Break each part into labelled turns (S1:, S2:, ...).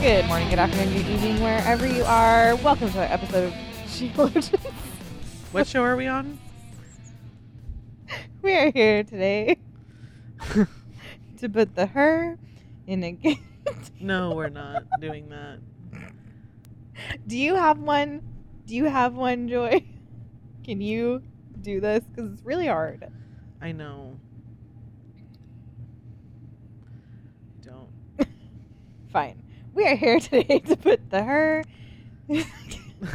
S1: Good morning, good afternoon, good evening, wherever you are. Welcome to an episode of Sheeplogians.
S2: What show are we on?
S1: We are here today to put the her in a game.
S2: No, we're not doing that.
S1: Do you have one? Do you have one, Joy? Can you do this? Because it's really hard.
S2: I know. Don't.
S1: Fine. We are here today to put the her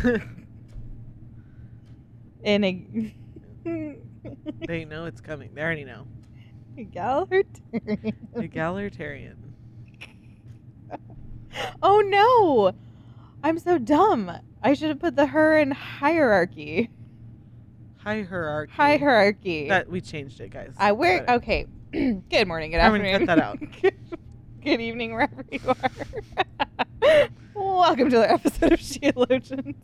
S1: in a.
S2: they know it's coming. They already know.
S1: Egalitarian.
S2: Egalitarian.
S1: Oh no! I'm so dumb. I should have put the her in hierarchy.
S2: Hierarchy.
S1: Hierarchy.
S2: That we changed it, guys.
S1: I wear
S2: Got it.
S1: okay. good morning. Good
S2: Carmen,
S1: afternoon.
S2: cut that out.
S1: good evening, wherever you are. Welcome to the episode of Sheologians.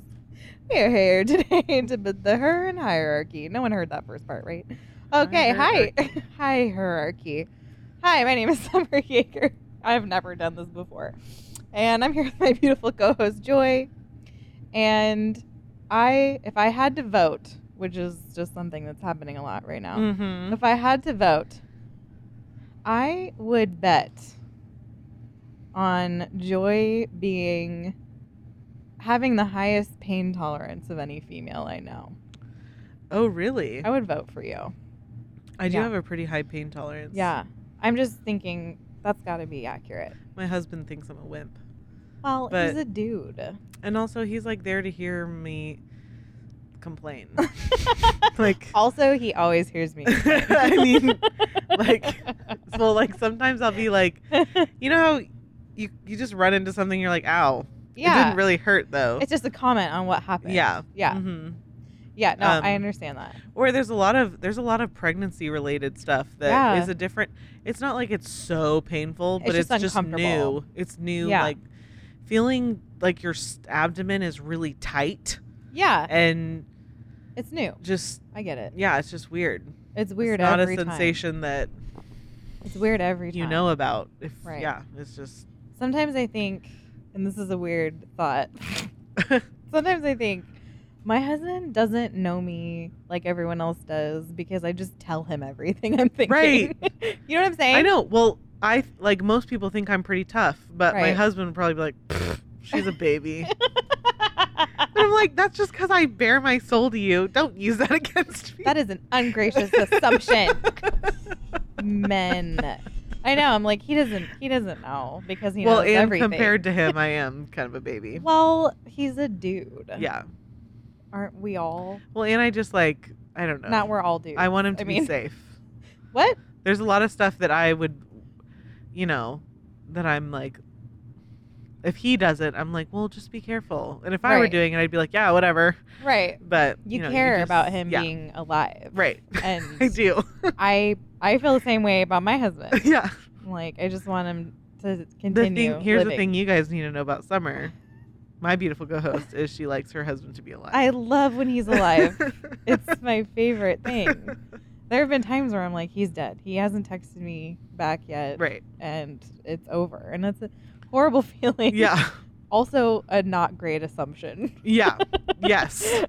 S1: We are here today to put the her in hierarchy. No one heard that first part, right? Okay. Hi. Hi, hierarchy. Hi, my name is Summer Yeager. I've never done this before, and I'm here with my beautiful co-host Joy. And I, if I had to vote, which is just something that's happening a lot right now.
S2: Mhm.
S1: Mm-hmm. If I had to vote, I would bet on Joy being having the highest pain tolerance of any female I know.
S2: Oh, really?
S1: I would vote for you.
S2: I do
S1: yeah.
S2: have a pretty high pain tolerance.
S1: Yeah. I'm just thinking that's got to be accurate.
S2: My husband thinks I'm a wimp.
S1: Well,
S2: But-
S1: he's a dude.
S2: And also, he's like there to hear me complain. like,
S1: also, he always hears me.
S2: I mean, like, so like sometimes I'll be like, you know how you, you just run into something, you're like, ow. It
S1: yeah.
S2: didn't really hurt though.
S1: it's just a comment on what happened.
S2: Yeah.
S1: Yeah.
S2: hmm
S1: Yeah. No, I
S2: Um,
S1: understand that.
S2: Or there's a lot of there's a lot of pregnancy related stuff that is
S1: Yeah.
S2: a different. It's not like it's so painful,
S1: It's
S2: but
S1: just
S2: it's just
S1: uncomfortable.
S2: new. It's new.
S1: Yeah.
S2: Like feeling like your s- abdomen is really tight
S1: Yeah.
S2: and
S1: It's new.
S2: just
S1: I get it.
S2: yeah, it's just weird.
S1: It's weird
S2: It's not
S1: every
S2: a sensation that
S1: time. It's weird every time.
S2: you know about. If
S1: Right.
S2: yeah, it's just
S1: Sometimes I think, and this is a weird thought. sometimes I think my husband doesn't know me like everyone else does because I just tell him everything I'm thinking.
S2: Right.
S1: you know what I'm saying?
S2: I know. Well, I like most people think I'm pretty tough, but my
S1: Right.
S2: husband would probably be like, "Pfft, "She's a baby." And I'm like, that's just because I bear my soul to you. Don't use that against me.
S1: that is an ungracious assumption. Men. I know. I'm like he doesn't. He doesn't know because he
S2: well,
S1: knows
S2: and
S1: everything.
S2: compared to him, I am kind of a baby.
S1: well, he's a dude.
S2: yeah.
S1: Aren't we all?
S2: Well, and I just like, I don't know.
S1: Not we're all dudes.
S2: I want him to
S1: I mean-
S2: be safe.
S1: what?
S2: There's a lot of stuff that I would, you know, that I'm like, if he does it, I'm like, well, just be careful. And if I were
S1: Right.
S2: doing it, I'd be like, yeah, whatever.
S1: Right.
S2: But
S1: you,
S2: know,
S1: care
S2: just-
S1: about him
S2: yeah.
S1: being alive
S2: right. I
S1: and
S2: do.
S1: i i feel the same way about my husband
S2: yeah.
S1: like i just want him to
S2: the
S1: continue
S2: thing here's the
S1: living.
S2: thing you guys need to know about summer my beautiful co-host is she likes her husband to be alive
S1: i love when he's alive it's my favorite thing there have been times where i'm like he's dead he hasn't texted me back yet
S2: right
S1: and it's over and that's a horrible feeling
S2: yeah
S1: also a not great assumption
S2: yeah yes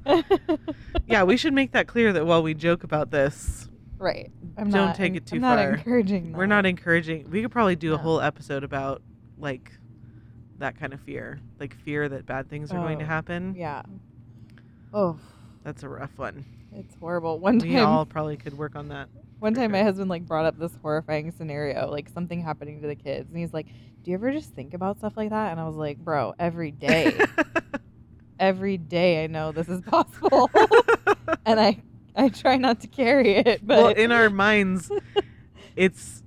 S2: yeah we should make that clear that while we joke about this
S1: right i'm
S2: Don't
S1: not
S2: take it too
S1: I'm not
S2: far.
S1: encouraging
S2: we're
S1: that.
S2: not encouraging we could probably do a
S1: No.
S2: whole episode about like that kind of fear like fear that bad things are going to
S1: Oh,
S2: happen
S1: yeah oh
S2: that's a rough one
S1: it's horrible one
S2: we
S1: time
S2: all probably could work on that
S1: One
S2: For
S1: time, my
S2: sure.
S1: husband like brought up this horrifying scenario, like something happening to the kids, and he's like, "Do you ever just think about stuff like that?" And I was like, "Bro, every day, every day, I know this is possible, and I I try not to carry it, but
S2: well in our minds it's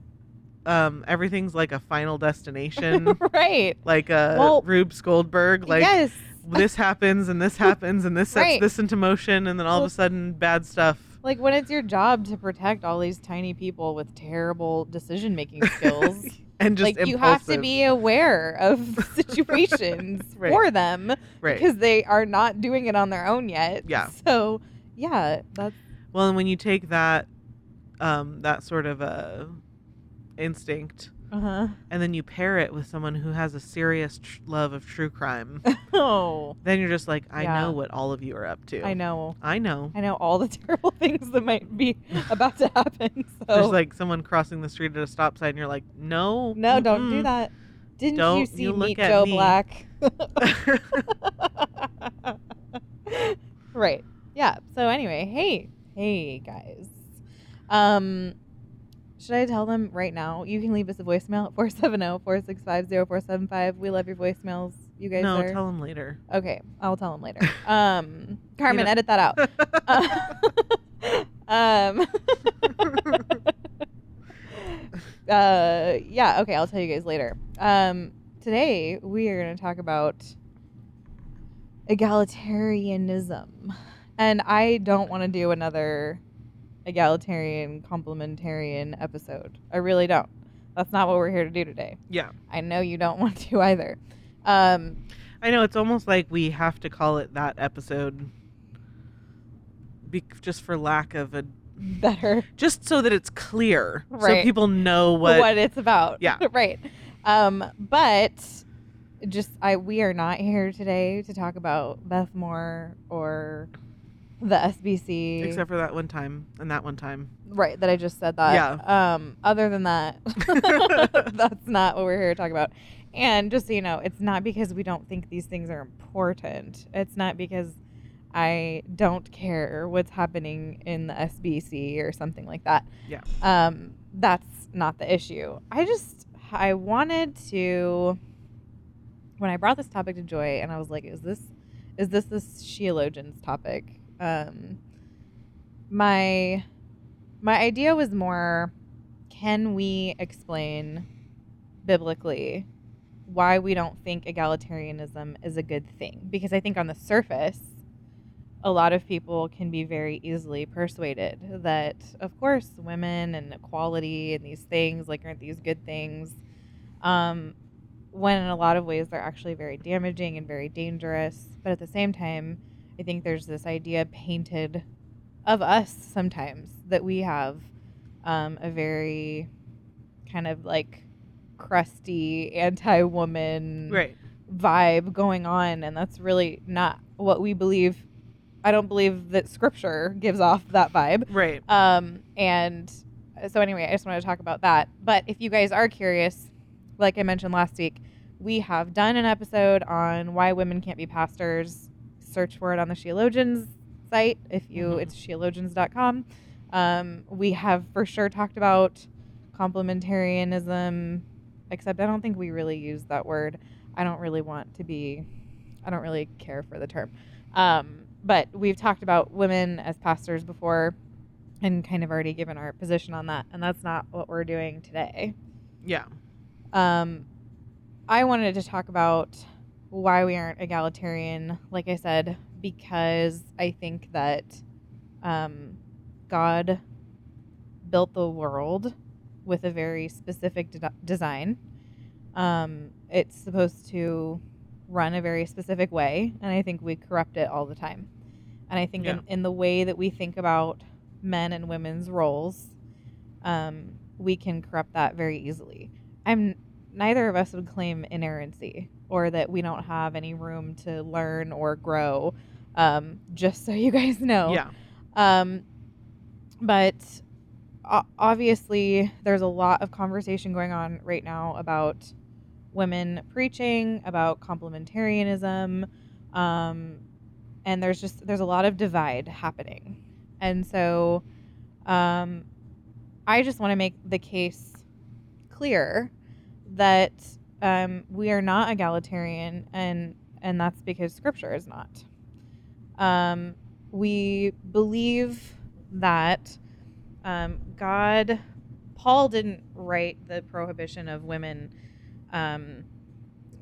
S2: um everything's like a final destination,
S1: right.
S2: like a
S1: Well,
S2: Rube Goldberg, like
S1: yes.
S2: this happens and this happens and this sets
S1: Right.
S2: this into motion and then all
S1: Well-
S2: of a sudden bad stuff.
S1: Like when it's your job to protect all these tiny people with terrible decision making skills.
S2: And just
S1: like you have to
S2: impulsive.
S1: be aware of situations
S2: Right.
S1: for them
S2: right.
S1: because they are not doing it on their own yet.
S2: Yeah.
S1: So yeah, that's
S2: Well, and when you take that, um, that sort of uh, instinct,
S1: uh-huh.
S2: and then you pair it with someone who has a serious tr- love of true crime,
S1: Oh,
S2: then you're just like, I
S1: Yeah.
S2: know what all of you are up to.
S1: I know.
S2: I know.
S1: I know all the terrible things that might be about to happen. So
S2: There's like someone crossing the street at a stop sign. You're like, no,
S1: no, don't do
S2: mm-mm."
S1: that. Didn't you
S2: Don't
S1: see
S2: you look
S1: Meet
S2: at
S1: Joe
S2: me.
S1: Black? right. Yeah. So anyway, hey, hey guys. Um should I tell them right now? You can leave us a voicemail at oh, 470-465-0475. We love your voicemails. You guys
S2: no,
S1: are
S2: tell him later.
S1: Okay, I'll tell them later. Um Carmen,
S2: know-
S1: edit that out. um uh yeah okay i'll tell you guys later um today we are going to talk about egalitarianism and i don't want to do another egalitarian complementarian episode i really don't that's not what we're here to do today
S2: yeah,
S1: i know you don't want to either um
S2: I know. It's almost like we have to call it that episode, be- just for lack of a,
S1: better
S2: just so that it's clear, so
S1: Right.
S2: people know what.
S1: it's about.
S2: Yeah.
S1: right. Um, but just I we are not here today to talk about Beth Moore or the SBC.
S2: except for that one time and that one time.
S1: right that I just said that. Yeah. Um, other than that, that's not what we're here to talk about. And just so you know, it's not because we don't think these things are important. It's not because I don't care what's happening in the SBC or something like that.
S2: Yeah.
S1: Um, that's not the issue. I just I wanted to when I brought this topic to Joy and I was like, is this is this this sheologians topic? Um, my my idea was more can we explain biblically why we don't think egalitarianism is a good thing? Because I think on the surface, a lot of people can be very easily persuaded that, of course, women and equality and these things like aren't these good things. Um, when in a lot of ways they're actually very damaging and very dangerous. But at the same time, I think there's this idea painted of us sometimes that we have um, a very kind of like crusty anti woman
S2: Right.
S1: vibe going on and that's really not what we believe i don't believe that scripture gives off that vibe
S2: Right.
S1: um and so anyway i just wanted to talk about that but if you guys are curious like i mentioned last week we have done an episode on why women can't be pastors search for it on the sheologians site if you
S2: Mhm.
S1: it's sheologians.com um, we have for sure talked about complementarianism except i don't think we really use that word i don't really want to be i don't really care for the term um, but we've talked about women as pastors before and kind of already given our position on that and that's not what we're doing today
S2: Yeah.
S1: um, I wanted to talk about why we aren't egalitarian, like I said, because I think that um, God built the world with a very specific de- design. Um, it's supposed to run a very specific way, and I think we corrupt it all the time. And I think
S2: Yeah.
S1: in, in the way that we think about men and women's roles, um, we can corrupt that very easily. I'm neither of us would claim inerrancy or that we don't have any room to learn or grow. Um, just so you guys know,
S2: Yeah.
S1: um, but o- obviously, there's a lot of conversation going on right now about women preaching, about complementarianism, um, and there's just there's a lot of divide happening. And so, um, I just want to make the case clear that um, we are not egalitarian, and and that's because Scripture is not. Um, we believe that um, God Paul didn't write the prohibition of women um,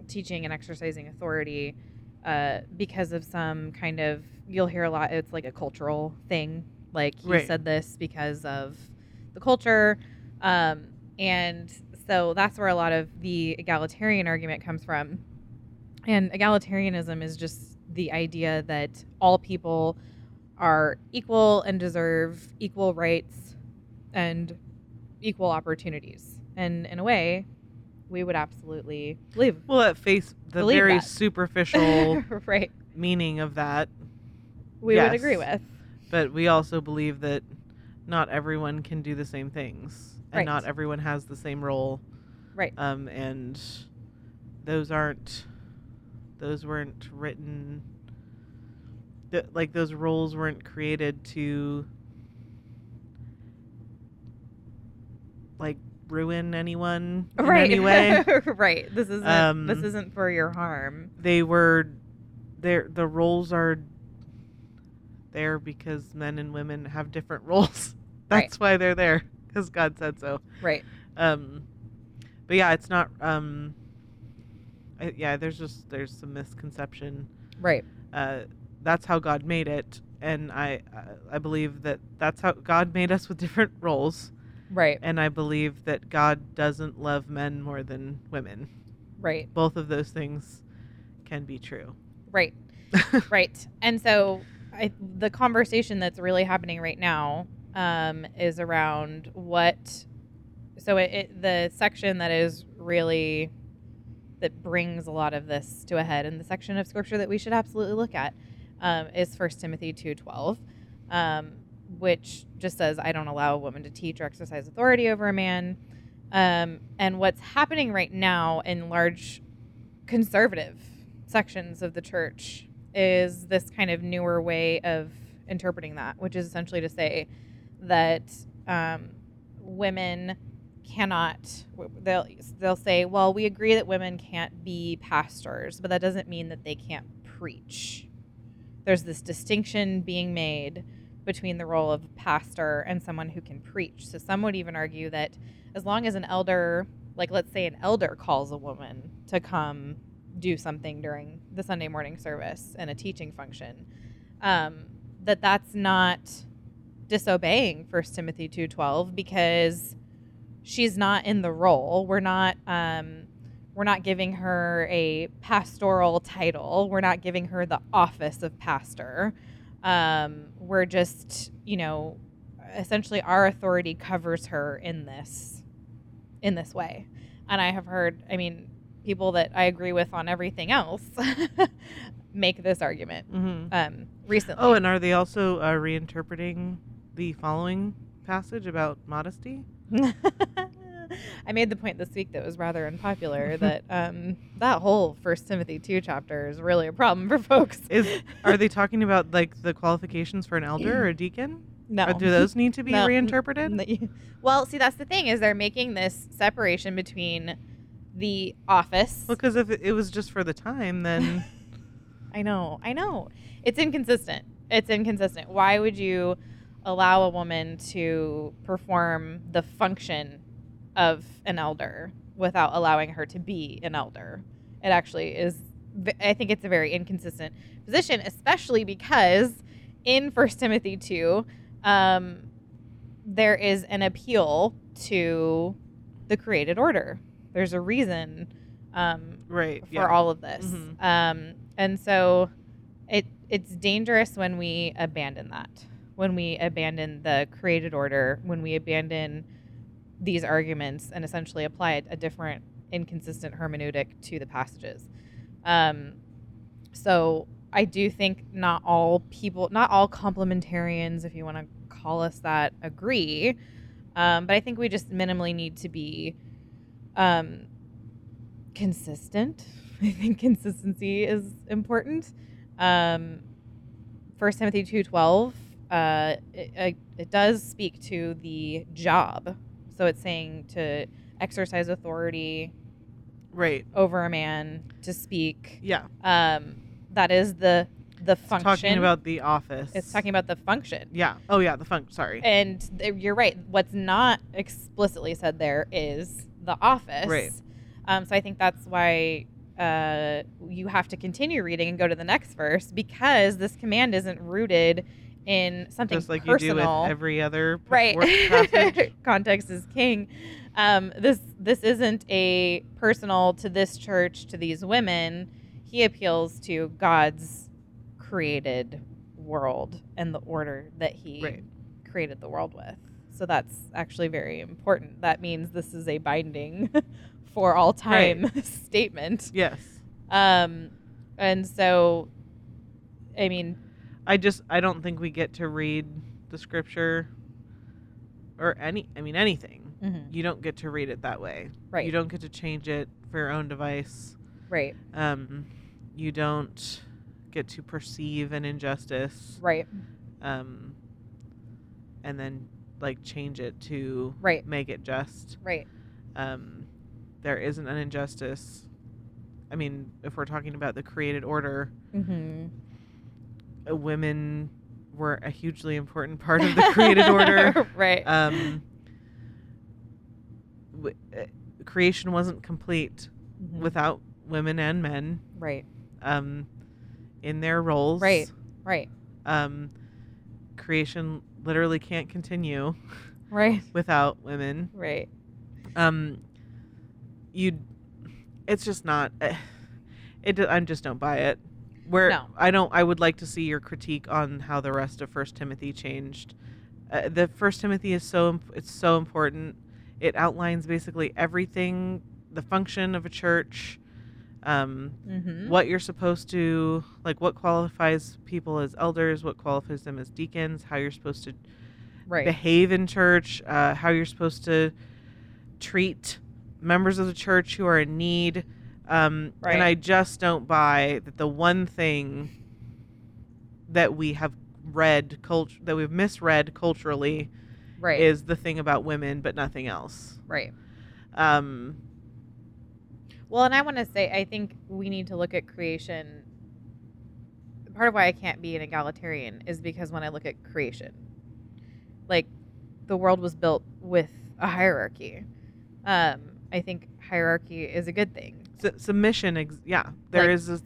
S1: teaching and exercising authority uh, because of some kind of you'll hear a lot. It's like a cultural thing. Like he
S2: Right.
S1: said this because of the culture, um, and so that's where a lot of the egalitarian argument comes from. And egalitarianism is just the idea that all people are equal and deserve equal rights and equal opportunities. And in a way, we would absolutely believe.
S2: Well, at face the
S1: Believe
S2: very
S1: that.
S2: superficial
S1: right.
S2: meaning of that,
S1: We would agree
S2: Yes.
S1: with.
S2: but we also believe that not everyone can do the same things, and
S1: Right.
S2: not everyone has the same role.
S1: Right.
S2: Um, and those aren't those weren't written. Th- like those roles weren't created to like ruin anyone in
S1: right.
S2: any way.
S1: right. This isn't this
S2: Um,
S1: isn't for your harm.
S2: they were their the roles are there because men and women have different roles.
S1: Right.
S2: That's why they're there cuz God said so.
S1: Right.
S2: Um but yeah, it's not um I, yeah, there's just there's some misconception.
S1: Right.
S2: Uh that's how God made it and I I I believe that that's how God made us with different roles
S1: Right.
S2: and I believe that God doesn't love men more than women.
S1: Right.
S2: Both of those things can be true.
S1: Right. right. And so I, the conversation that's really happening right now um, is around what. So it, it, the section that is really that brings a lot of this to a head, and the section of scripture that we should absolutely look at um, is First Timothy two twelve, um, which just says, "I don't allow a woman to teach or exercise authority over a man." Um, and what's happening right now in large conservative sections of the church is this kind of newer way of interpreting that, which is essentially to say that um, women cannot. w- They'll they'll say, well, we agree that women can't be pastors, but that doesn't mean that they can't preach. There's this distinction being made between the role of pastor and someone who can preach. So some would even argue that as long as an elder, like let's say an elder calls a woman to come do something during the Sunday morning service and a teaching function, um, that that's not disobeying First Timothy two twelve because she's not in the role. We're not um, we're not giving her a pastoral title. We're not giving her the office of pastor. Um, we're just you know essentially our authority covers her in this in this way. And I have heard, I mean, people that I agree with on everything else make this argument
S2: Mhm.
S1: um, recently.
S2: Oh, and are they also uh, reinterpreting the following passage about modesty?
S1: I made the point this week that was rather unpopular that
S2: Mm-hmm.
S1: um, that whole First Timothy two chapter is really a problem for folks.
S2: Is are they talking about like the qualifications for an elder or a deacon?
S1: no,
S2: Or do those need to be
S1: No.
S2: reinterpreted?
S1: that you- well, see, that's the thing is they're making this separation between the office.
S2: Well, because if it it was just for the time, then
S1: I know, I know. It's inconsistent. It's inconsistent. Why would you allow a woman to perform the function of an elder without allowing her to be an elder? It actually is. v- I think it's a very inconsistent position, especially because in First Timothy two, um, there is an appeal to the created order. There's a reason um,
S2: right?
S1: for
S2: Yeah.
S1: all of this.
S2: Mhm.
S1: Um, and so it it's dangerous when we abandon that, when we abandon the created order, when we abandon these arguments and essentially apply a, a different inconsistent hermeneutic to the passages. Um, so I do think not all people, not all complementarians, if you want to call us that, agree. Um, but I think we just minimally need to be um, consistent. I think consistency is important. Um, 1 Timothy two twelve, uh, it, it- it does speak to the job. So it's saying to exercise authority
S2: right.
S1: over a man, to speak
S2: Yeah.
S1: um, that is the the
S2: It's
S1: function.
S2: talking about the office.
S1: it's talking about the function.
S2: Yeah. Oh yeah, the function. Sorry.
S1: And th- you're right. What's not explicitly said there is the office.
S2: Right.
S1: Um, so I think that's why uh, you have to continue reading and go to the next verse because this command isn't rooted in something
S2: Just like
S1: personal.
S2: you do with every other p- work passage.
S1: right context is king um, this this isn't a personal to this church to these women he appeals to god's created world and the order that he
S2: Right.
S1: created the world with so that's actually very important that means this is a binding for all time statement
S2: Yes.
S1: um, and so i mean
S2: I just I don't think we get to read the scripture or any I mean anything. You don't get to read it that way.
S1: right
S2: Mm-hmm. You don't get to change it for your own device.
S1: right
S2: Um, you don't get to perceive an injustice.
S1: right
S2: Um, and then like change it to
S1: right
S2: make it just.
S1: right
S2: um, there isn't an injustice. I mean, if we're talking about the created order,
S1: mm-hmm.
S2: uh, women were a hugely important part of the created order.
S1: right.
S2: Um, w- uh, creation wasn't complete
S1: Mhm.
S2: without women and men
S1: right,
S2: um, in their roles.
S1: Right. right,
S2: Um, creation literally can't continue
S1: right,
S2: without women.
S1: right.
S2: um you it's just not eh, it d- i just don't buy it where
S1: No.
S2: i don't i would like to see your critique on how the rest of first timothy changed uh, the first timothy is so imp- it's so important it outlines basically everything the function of a church um,
S1: Mm-hmm.
S2: what you're supposed to like what qualifies people as elders what qualifies them as deacons how you're supposed to
S1: Right,
S2: behave in church, uh, how you're supposed to treat members of the church who are in need. Um,
S1: Right.
S2: And I just don't buy that the one thing that we have read culture that we've misread culturally
S1: right,
S2: is the thing about women, but nothing else.
S1: right.
S2: Um,
S1: Well, and I want to say, I think we need to look at creation. Part of why I can't be an egalitarian is because when I look at creation, like the world was built with a hierarchy. Um, I think hierarchy is a good thing.
S2: su- submission, ex- yeah, there
S1: Like-
S2: is a,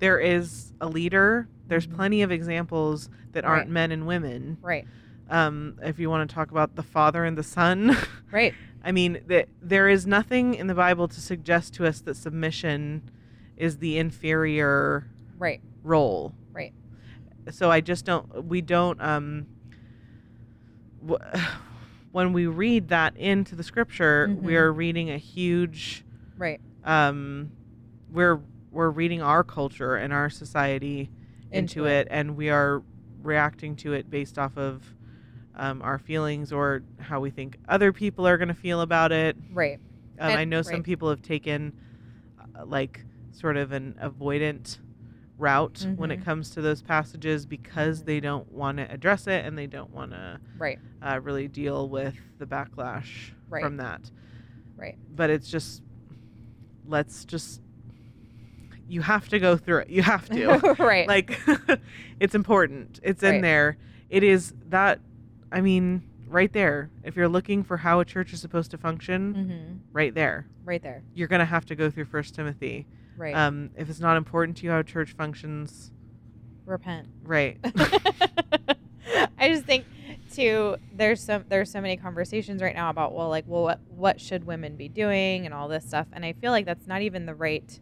S2: there is a leader. There's
S1: Mhm.
S2: plenty of examples that aren't
S1: Right.
S2: men and women.
S1: Right,
S2: Um, if you want to talk about the father and the son.
S1: right,
S2: I mean, th- there is nothing in the Bible to suggest to us that submission is the inferior
S1: right,
S2: role.
S1: Right.
S2: So I just don't, we don't, um, w- when we read that into the scripture,
S1: Mhm.
S2: we're reading a huge,
S1: right.
S2: um, we're, we're reading our culture and our society into, it. and we are reacting to it based off of um, our feelings or how we think other people are going to feel about it.
S1: Right,
S2: Um,
S1: And-
S2: I know some
S1: right.
S2: people have taken uh, like sort of an avoidant route when it
S1: Mhm.
S2: comes to those passages because
S1: Mhm.
S2: they don't want to address it and they don't want to
S1: right,
S2: uh, really deal with the backlash
S1: Right.
S2: from that.
S1: right,
S2: But it's just let's just you have to go through it. You have to.
S1: right,
S2: like it's important. It's in
S1: Right.
S2: there. It is that I mean right there. If you're looking for how a church is supposed to function,
S1: mm-hmm.
S2: right there
S1: right there,
S2: you're going to have to go through First Timothy.
S1: right.
S2: Um, if it's not important to you how church functions,
S1: Repent.
S2: right?
S1: I just think too there's some there's so many conversations right now about well like well what what should women be doing and all this stuff and I feel like that's not even the right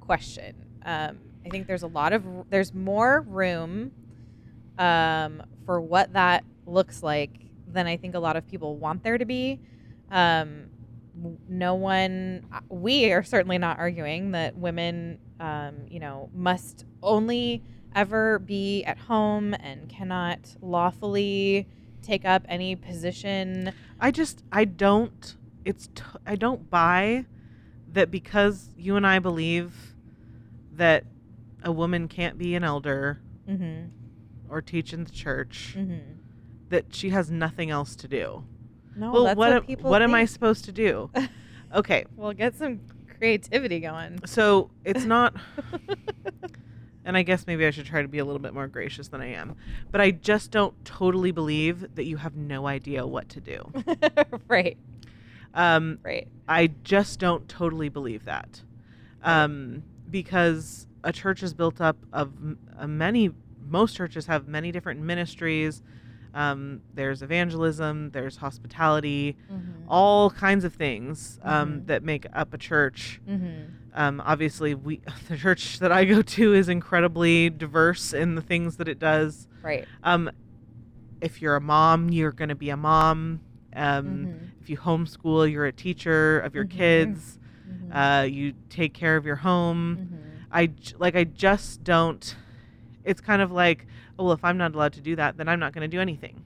S1: question. Um, I think there's a lot of there's more room um, for what that looks like than I think a lot of people want there to be. Um, w- no one, uh, we are certainly not arguing that women, um, you know, must only ever be at home and cannot lawfully take up any position.
S2: I just I don't. It's t- I don't buy that because you and I believe that a woman can't be an elder
S1: Mm-hmm.
S2: or teach in the church
S1: Mm-hmm.
S2: that she has nothing else to do.
S1: No,
S2: well,
S1: that's
S2: what
S1: what,
S2: am-
S1: people.
S2: what am I
S1: think.
S2: supposed to do? okay,
S1: Well, get some creativity going.
S2: so it's not And I guess maybe I should try to be a little bit more gracious than I am. But I just don't totally believe that you have no idea what to do.
S1: right.
S2: Um,
S1: Right.
S2: I just don't totally believe that, um, because a church is built up of m- uh, many. Most churches have many different ministries. Um, there's evangelism. There's hospitality. All kinds of things um,
S1: Mhm.
S2: that make up a church.
S1: Mm-hmm.
S2: Um, obviously, we the church that I go to is incredibly diverse in the things that it does.
S1: Right.
S2: Um, if you're a mom, you're going to be a mom. Um,
S1: Mhm.
S2: If you homeschool, you're a teacher of your
S1: Mhm.
S2: kids
S1: Mhm.
S2: uh, you take care of your home
S1: Mhm.
S2: I j like i just don't it's kind of like oh well if i'm not allowed to do that then i'm not going to do anything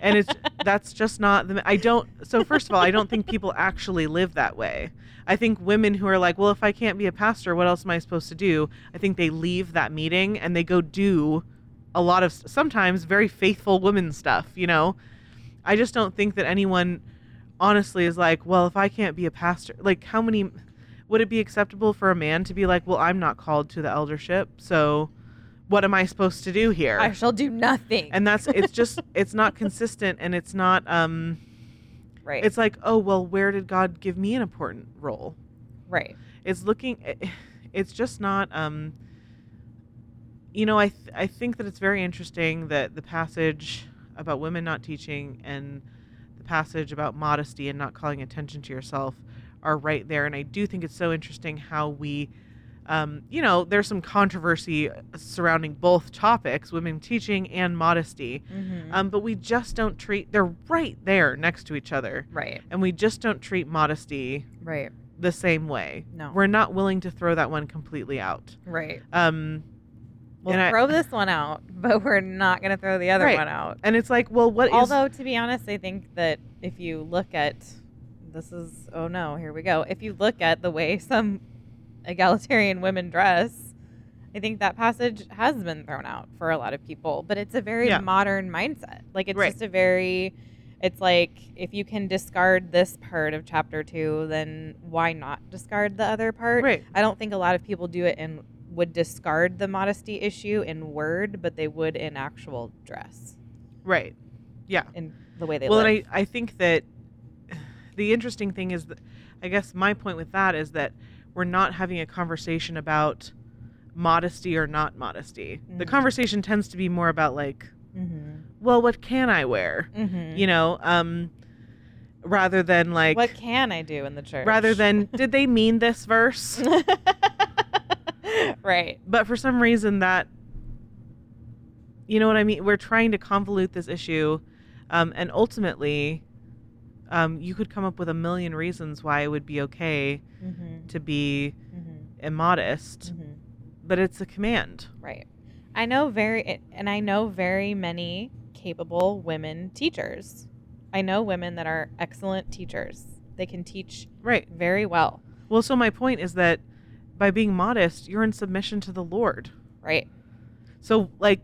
S2: and it's that's just not the i don't so first of all i don't think people actually live that way i think women who are like well if i can't be a pastor what else am i supposed to do i think they leave that meeting and they go do a lot of s- sometimes very faithful women stuff you know i just don't think that anyone honestly is like well if i can't be a pastor like how many would it be acceptable for a man to be like well i'm not called to the eldership so what am i supposed to do here
S1: I shall do nothing.
S2: and that's it's just it's not consistent and it's not um
S1: right.
S2: it's like oh well where did god give me an important role
S1: right.
S2: it's looking it- it's just not um you know i th- i think that it's very interesting that the passage about women not teaching and the passage about modesty and not calling attention to yourself are right there and i do think it's so interesting how we um, you know there's some controversy surrounding both topics women teaching and modesty
S1: Mm-hmm.
S2: um, but we just don't treat they're right there next to each other
S1: right.
S2: and we just don't treat modesty
S1: Right.
S2: the same way
S1: No.
S2: we're not willing to throw that one completely out
S1: Right.
S2: um,
S1: We'll
S2: and I-
S1: throw this one out, but we're not going to throw the other
S2: Right.
S1: one out.
S2: and it's like well what is
S1: Although, to be honest, I think that if you look at this is oh no, here we go. If you look at the way some egalitarian women dress, I think that passage has been thrown out for a lot of people. But it's a very
S2: Yeah.
S1: modern mindset. Like it's
S2: Right.
S1: just a very it's like if you can discard this part of chapter two, then why not discard the other part?
S2: right
S1: I don't think a lot of people do it and would discard the modesty issue in word, but they would in actual dress
S2: right yeah
S1: in the way they
S2: well
S1: look.
S2: and I, I think that the interesting thing is that i guess my point with that is that we're not having a conversation about modesty or not modesty the
S1: Mhm.
S2: conversation tends to be more about like
S1: mm-hmm.
S2: well what can i wear
S1: Mm-hmm.
S2: you know um rather than like
S1: what can I do in the church?
S2: rather than did they mean this verse
S1: right,
S2: but for some reason that you know what i mean we're trying to convolute this issue um, and ultimately um, you could come up with a million reasons why it would be okay
S1: mm-hmm.
S2: to be
S1: Mm-hmm.
S2: immodest
S1: Mm-hmm.
S2: but it's a command
S1: right. I know very, and I know very many capable women teachers. I know women that are excellent teachers. They can teach
S2: right
S1: very well.
S2: well so my point is that by being modest you're in submission to the lord
S1: Right,
S2: so like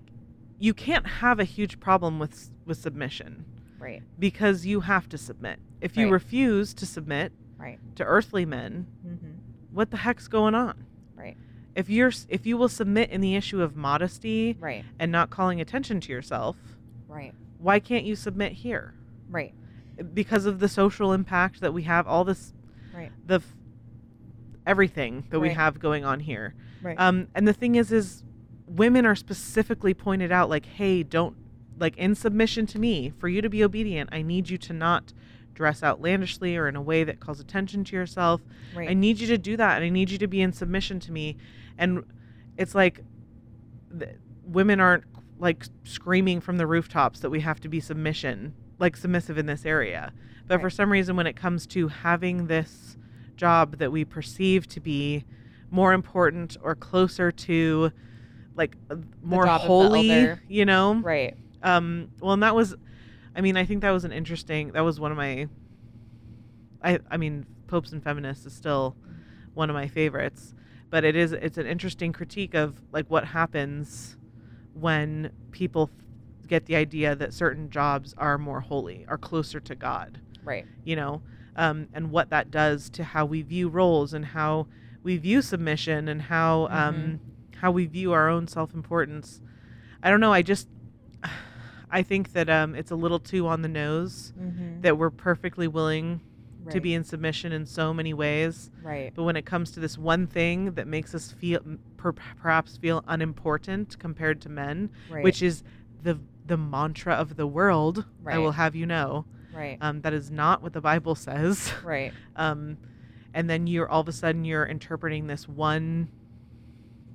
S2: you can't have a huge problem with s- with submission
S1: right,
S2: because you have to submit if you
S1: Right.
S2: refuse to submit
S1: right,
S2: to earthly men
S1: mm-hmm.
S2: what the heck's going on
S1: Right.
S2: if you're s- if you will submit in the issue of modesty
S1: right,
S2: and not calling attention to yourself
S1: right,
S2: why can't you submit here
S1: right.
S2: because of the social impact that we have all this
S1: Right.
S2: the f- everything that we
S1: Right.
S2: have going on here
S1: Right.
S2: um and the thing is is women are specifically pointed out like hey don't like in submission to me for you to be obedient i need you to not dress outlandishly or in a way that calls attention to yourself
S1: right.
S2: I need you to do that, and I need you to be in submission to me. And it's like th- women aren't like screaming from the rooftops that we have to be submission, like submissive in this area. But for
S1: Right.
S2: some reason, when it comes to having this job that we perceive to be more important or closer to like uh, more
S1: job of the
S2: holy,
S1: elder.
S2: you know,
S1: right.
S2: um well and that was i mean i think that was an interesting that was one of my i i mean popes and feminists is still one of my favorites but it is it's an interesting critique of like what happens when people f- get the idea that certain jobs are more holy are closer to god
S1: Right.
S2: you know um, and what that
S1: Mm-hmm.
S2: does to how we view roles and how we view submission and how um, how we view our own self-importance. I don't know. I just I think that um, it's a little too on the nose
S1: Mm-hmm.
S2: that we're perfectly willing
S1: Right.
S2: to be in submission in so many ways,
S1: right.
S2: but when it comes to this one thing that makes us feel per- perhaps feel unimportant compared to men,
S1: Right.
S2: which is the the mantra of the world. I will
S1: Right.
S2: have you know
S1: right.
S2: um, that is not what the Bible says.
S1: right.
S2: Um, and then you're all of a sudden you're interpreting this one.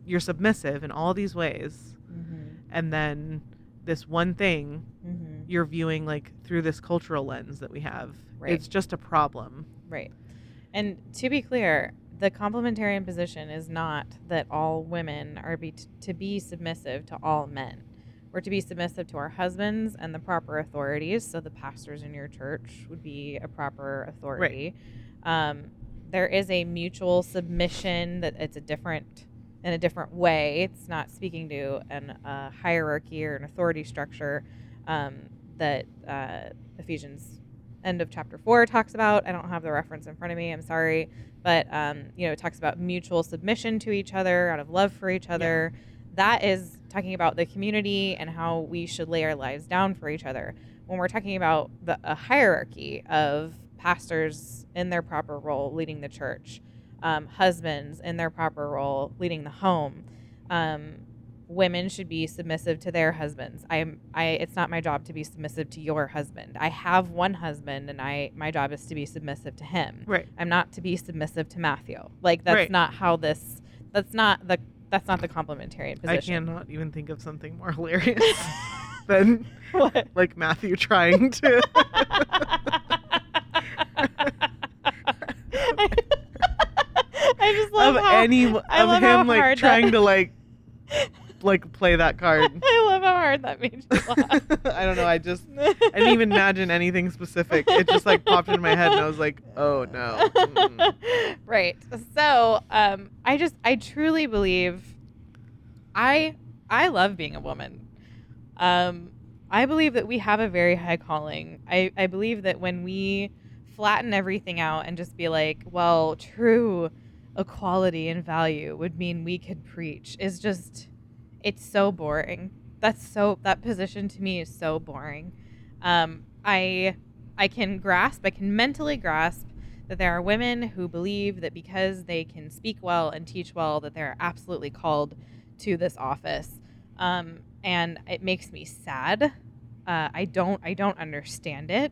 S2: You're submissive in all these ways,
S1: Mm-hmm.
S2: and then this one thing
S1: Mm-hmm.
S2: you're viewing like through this cultural lens that we have.
S1: Right.
S2: It's just a problem.
S1: Right. And to be clear, the complementarian position is not that all women are be to be submissive to all men. We're to be submissive to our husbands and the proper authorities. So the pastors in your church would be a proper authority. Um, there is a mutual submission that it's a different in a different way. It's not speaking to an uh, hierarchy or an authority structure um, that uh, Ephesians end of chapter four talks about. I don't have the reference in front of me. I'm sorry, but um, you know, it talks about mutual submission to each other out of love for each other. That is talking about the community and how we should lay our lives down for each other. When we're talking about the a hierarchy of pastors in their proper role leading the church, um, husbands in their proper role leading the home. Um, women should be submissive to their husbands. I'm I it's not my job to be submissive to your husband. I have one husband and I my job is to be submissive to him.
S2: Right.
S1: I'm not to be submissive to Matthew. Like that's
S2: Right.
S1: not how this that's not the that's not the complementarian
S2: I
S1: position.
S2: cannot even think of something more hilarious than
S1: What?
S2: like Matthew trying to.
S1: I just love
S2: of
S1: how
S2: any of
S1: I love how
S2: him like
S1: hard that-
S2: trying to like like play that card.
S1: I love how hard that made you laugh.
S2: I don't know. I just I didn't even imagine anything specific. It just like popped into my head, and I was like, oh no.
S1: Mm-hmm.
S2: Mm-mm.
S1: right. So, um, I just I truly believe I I love being a woman. Um, I believe that we have a very high calling. I, I believe that when we flatten everything out and just be like, well, true equality and value would mean we could preach is just it's so boring. That's so that position to me is so boring. Um, I I can grasp, I can mentally grasp that there are women who believe that because they can speak well and teach well, that they're absolutely called to this office. Um, and it makes me sad. Uh, I don't, I don't understand it.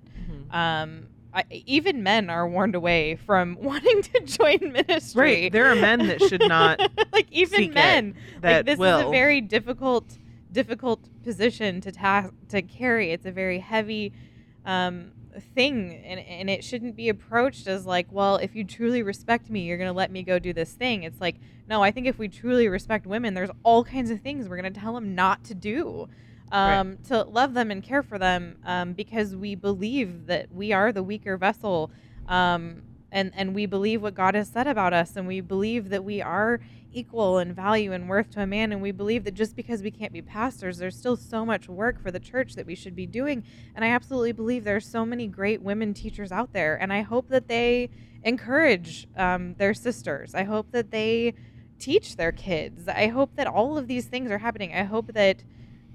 S1: Um, I, even men are warned away from wanting to join ministry.
S2: Right. There are men that should not.
S1: like even
S2: seek it.
S1: men
S2: That
S1: like, this
S2: will.
S1: is a very difficult difficult position to ta- to carry it's a very heavy um, thing and, and it shouldn't be approached as like well if you truly respect me you're going to let me go do this thing it's like no i think if we truly respect women there's all kinds of things we're going to tell them not to do um, to love them and care for them um, because we believe that we are the weaker vessel um, and, and we believe what god has said about us and we believe that we are equal in value and worth to a man and we believe that just because we can't be pastors there's still so much work for the church that we should be doing and i absolutely believe there are so many great women teachers out there and i hope that they encourage um, their sisters i hope that they teach their kids i hope that all of these things are happening i hope that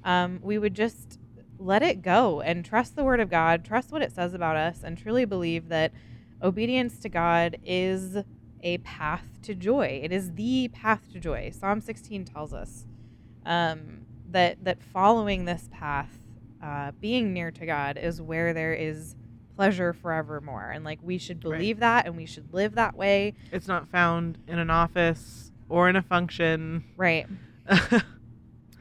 S1: um, we would just let it go and trust the word of god trust what it says about us and truly believe that obedience to god is a path to joy. It is the path to joy. Psalm 16 tells us um, that that following this path, uh, being near to God, is where there is pleasure forevermore. And like we should
S2: Right.
S1: believe that, and we should live that way.
S2: It's not found in an office or in a function,
S1: Right.
S2: and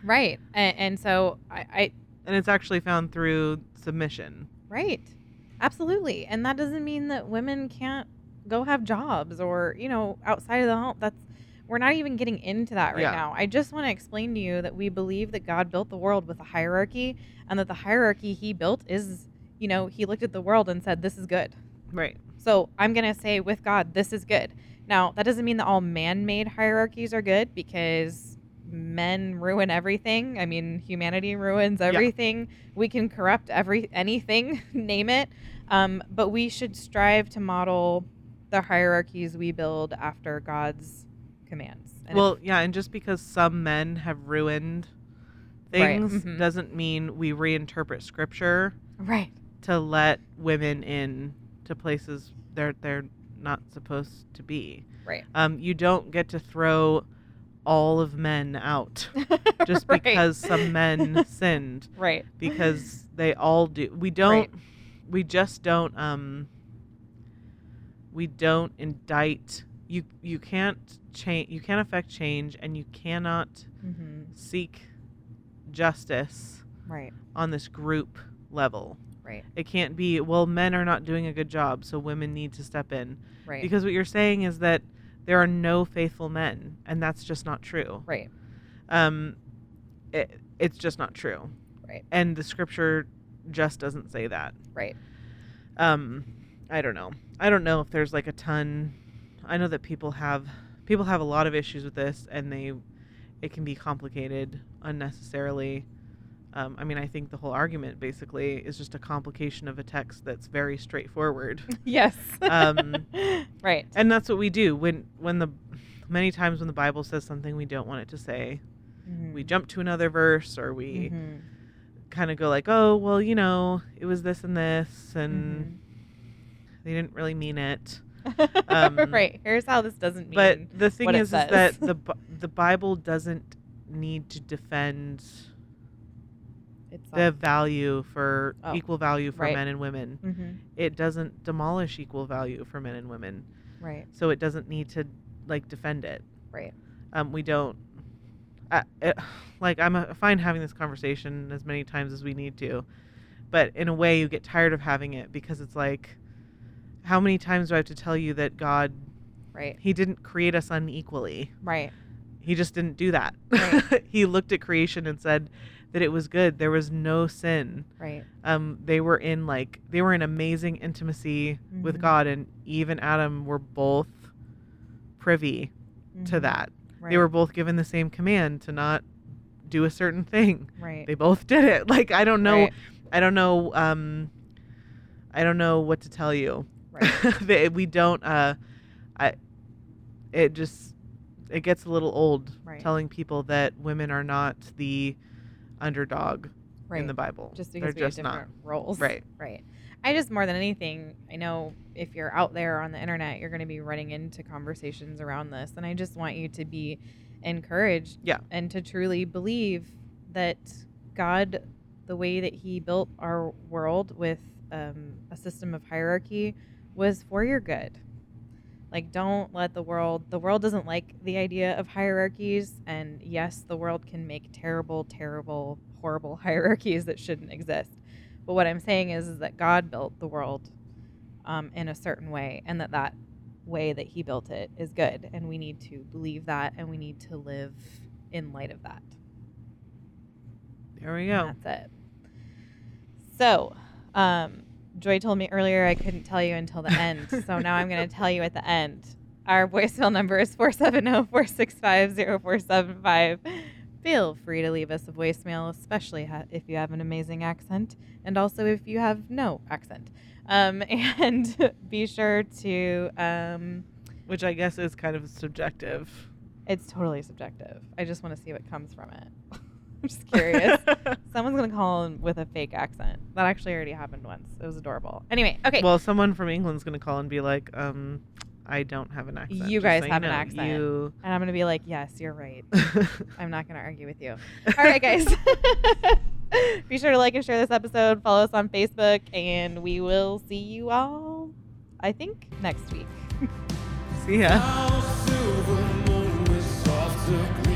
S1: Right. And, and so I, I
S2: it's actually found through submission.
S1: right, absolutely. And that doesn't mean that women can't go have jobs or you know outside of the home. That's we're not even getting into that right
S2: Yeah.
S1: now. I just want to explain to you that we believe that God built the world with a hierarchy and that the hierarchy he built is, you know, he looked at the world and said, this is good.
S2: Right.
S1: So I'm going to say with God, this is good. Now, that doesn't mean that all man made hierarchies are good because men ruin everything. I mean, humanity ruins everything. We can corrupt every anything, name it. Um, but we should strive to model the hierarchies we build after God's commands. And
S2: well, yeah, and just because some men have ruined
S1: Right,
S2: things
S1: mhm.
S2: doesn't mean we reinterpret scripture
S1: right.
S2: to let women in to places they're they're not supposed to be.
S1: Right.
S2: Um, you don't get to throw all of men out just
S1: Right.
S2: because some men sinned
S1: Right.
S2: because they all do. We don't.
S1: Right.
S2: We just don't. Um. We don't indict. You you can't change. You can't affect change, and you cannot Mm-hmm.
S1: hmm
S2: seek justice
S1: Right.
S2: on this group level.
S1: Right.
S2: It can't be. Well, men are not doing a good job, so women need to step in.
S1: Right.
S2: Because what you're saying is that there are no faithful men, and that's just not true.
S1: right.
S2: Um, it, it's just not true.
S1: Right.
S2: And the scripture just doesn't say that.
S1: Right.
S2: Um, I don't know. I don't know if there's like a ton. I know that people have people have a lot of issues with this, and they it can be complicated unnecessarily. Um, I mean, I think the whole argument basically is just a complication of a text that's very straightforward.
S1: Yes.
S2: Um,
S1: right.
S2: and that's what we do when when the many times when the Bible says something we don't want it to say,
S1: Mm-hmm.
S2: we jump to another verse or we
S1: Mhm.
S2: kind of go like, "Oh, well, you know, it was this and this, and
S1: Mm-hmm.
S2: they didn't really mean it."
S1: Mhm.
S2: um,
S1: right. Here's how this doesn't mean.
S2: but the thing
S1: what it
S2: is, is
S1: says.
S2: that the Bi- the Bible doesn't need to defend
S1: it's
S2: the value for
S1: Oh,
S2: equal value for
S1: right.
S2: men and women.
S1: hmm
S2: It doesn't demolish equal value for men and women,
S1: Right.
S2: so it doesn't need to like defend it.
S1: Right.
S2: Um, we don't. I, it, like I'm uh fine having this conversation as many times as we need to, but in a way you get tired of having it because it's like, how many times do I have to tell you that God
S1: Right.
S2: He didn't create us unequally.
S1: Right.
S2: He just didn't do that.
S1: Right.
S2: he looked at creation and said that it was good. There was no sin.
S1: Right.
S2: Um, they were in like they were in amazing intimacy with
S1: Mhm.
S2: God, and Eve and Adam were both privy to
S1: Mhm.
S2: that.
S1: Right.
S2: They were both given the same command to not do a certain thing.
S1: Right.
S2: They both did it. Like I don't know.
S1: Right.
S2: I don't know. Um, I don't know what to tell you.
S1: Right.
S2: They- we don't. Uh, I. It just. It gets a little old
S1: Right.
S2: telling people that women are not the underdog
S1: Right.
S2: in the Bible.
S1: just
S2: They're
S1: because we
S2: just
S1: have
S2: not.
S1: different roles.
S2: Right.
S1: Right. I just more than anything, I know if you're out there on the internet, you're going to be running into conversations around this, and I just want you to be encouraged.
S2: Yeah.
S1: And to truly believe that God, the way that He built our world with um, a system of hierarchy, was for your good. Like, don't let the world, the world doesn't like the idea of hierarchies. And yes, the world can make terrible, terrible, horrible hierarchies that shouldn't exist. But what I'm saying is, is that God built the world um, in a certain way, and that that way that He built it is good. And we need to believe that, and we need to live in light of that.
S2: There we go.
S1: And That's it. So, um, Joy told me earlier I couldn't tell you until the end. so now I'm going to tell you at the end. Our voicemail number is oh, 470 465 0475. Feel free to leave us a voicemail, especially ha- if you have an amazing accent and also if you have no accent. Um, and be sure to, um,
S2: Which I guess is kind of subjective.
S1: it's totally subjective. I just want to see what comes from it. I'm just curious. Someone's gonna call in with a fake accent. That actually already happened once. It was adorable. Anyway, okay.
S2: Well, someone from England's gonna call and be like, um, I don't have an accent.
S1: You
S2: just
S1: guys
S2: so
S1: have an
S2: know.
S1: accent.
S2: You-
S1: and I'm gonna be like, yes, you're right. I'm not gonna argue with you. All right, guys. Be sure to like and share this episode. Follow us on Facebook, and we will see you all. I think next week.
S2: See ya.
S3: Now silver moon is soft to blue.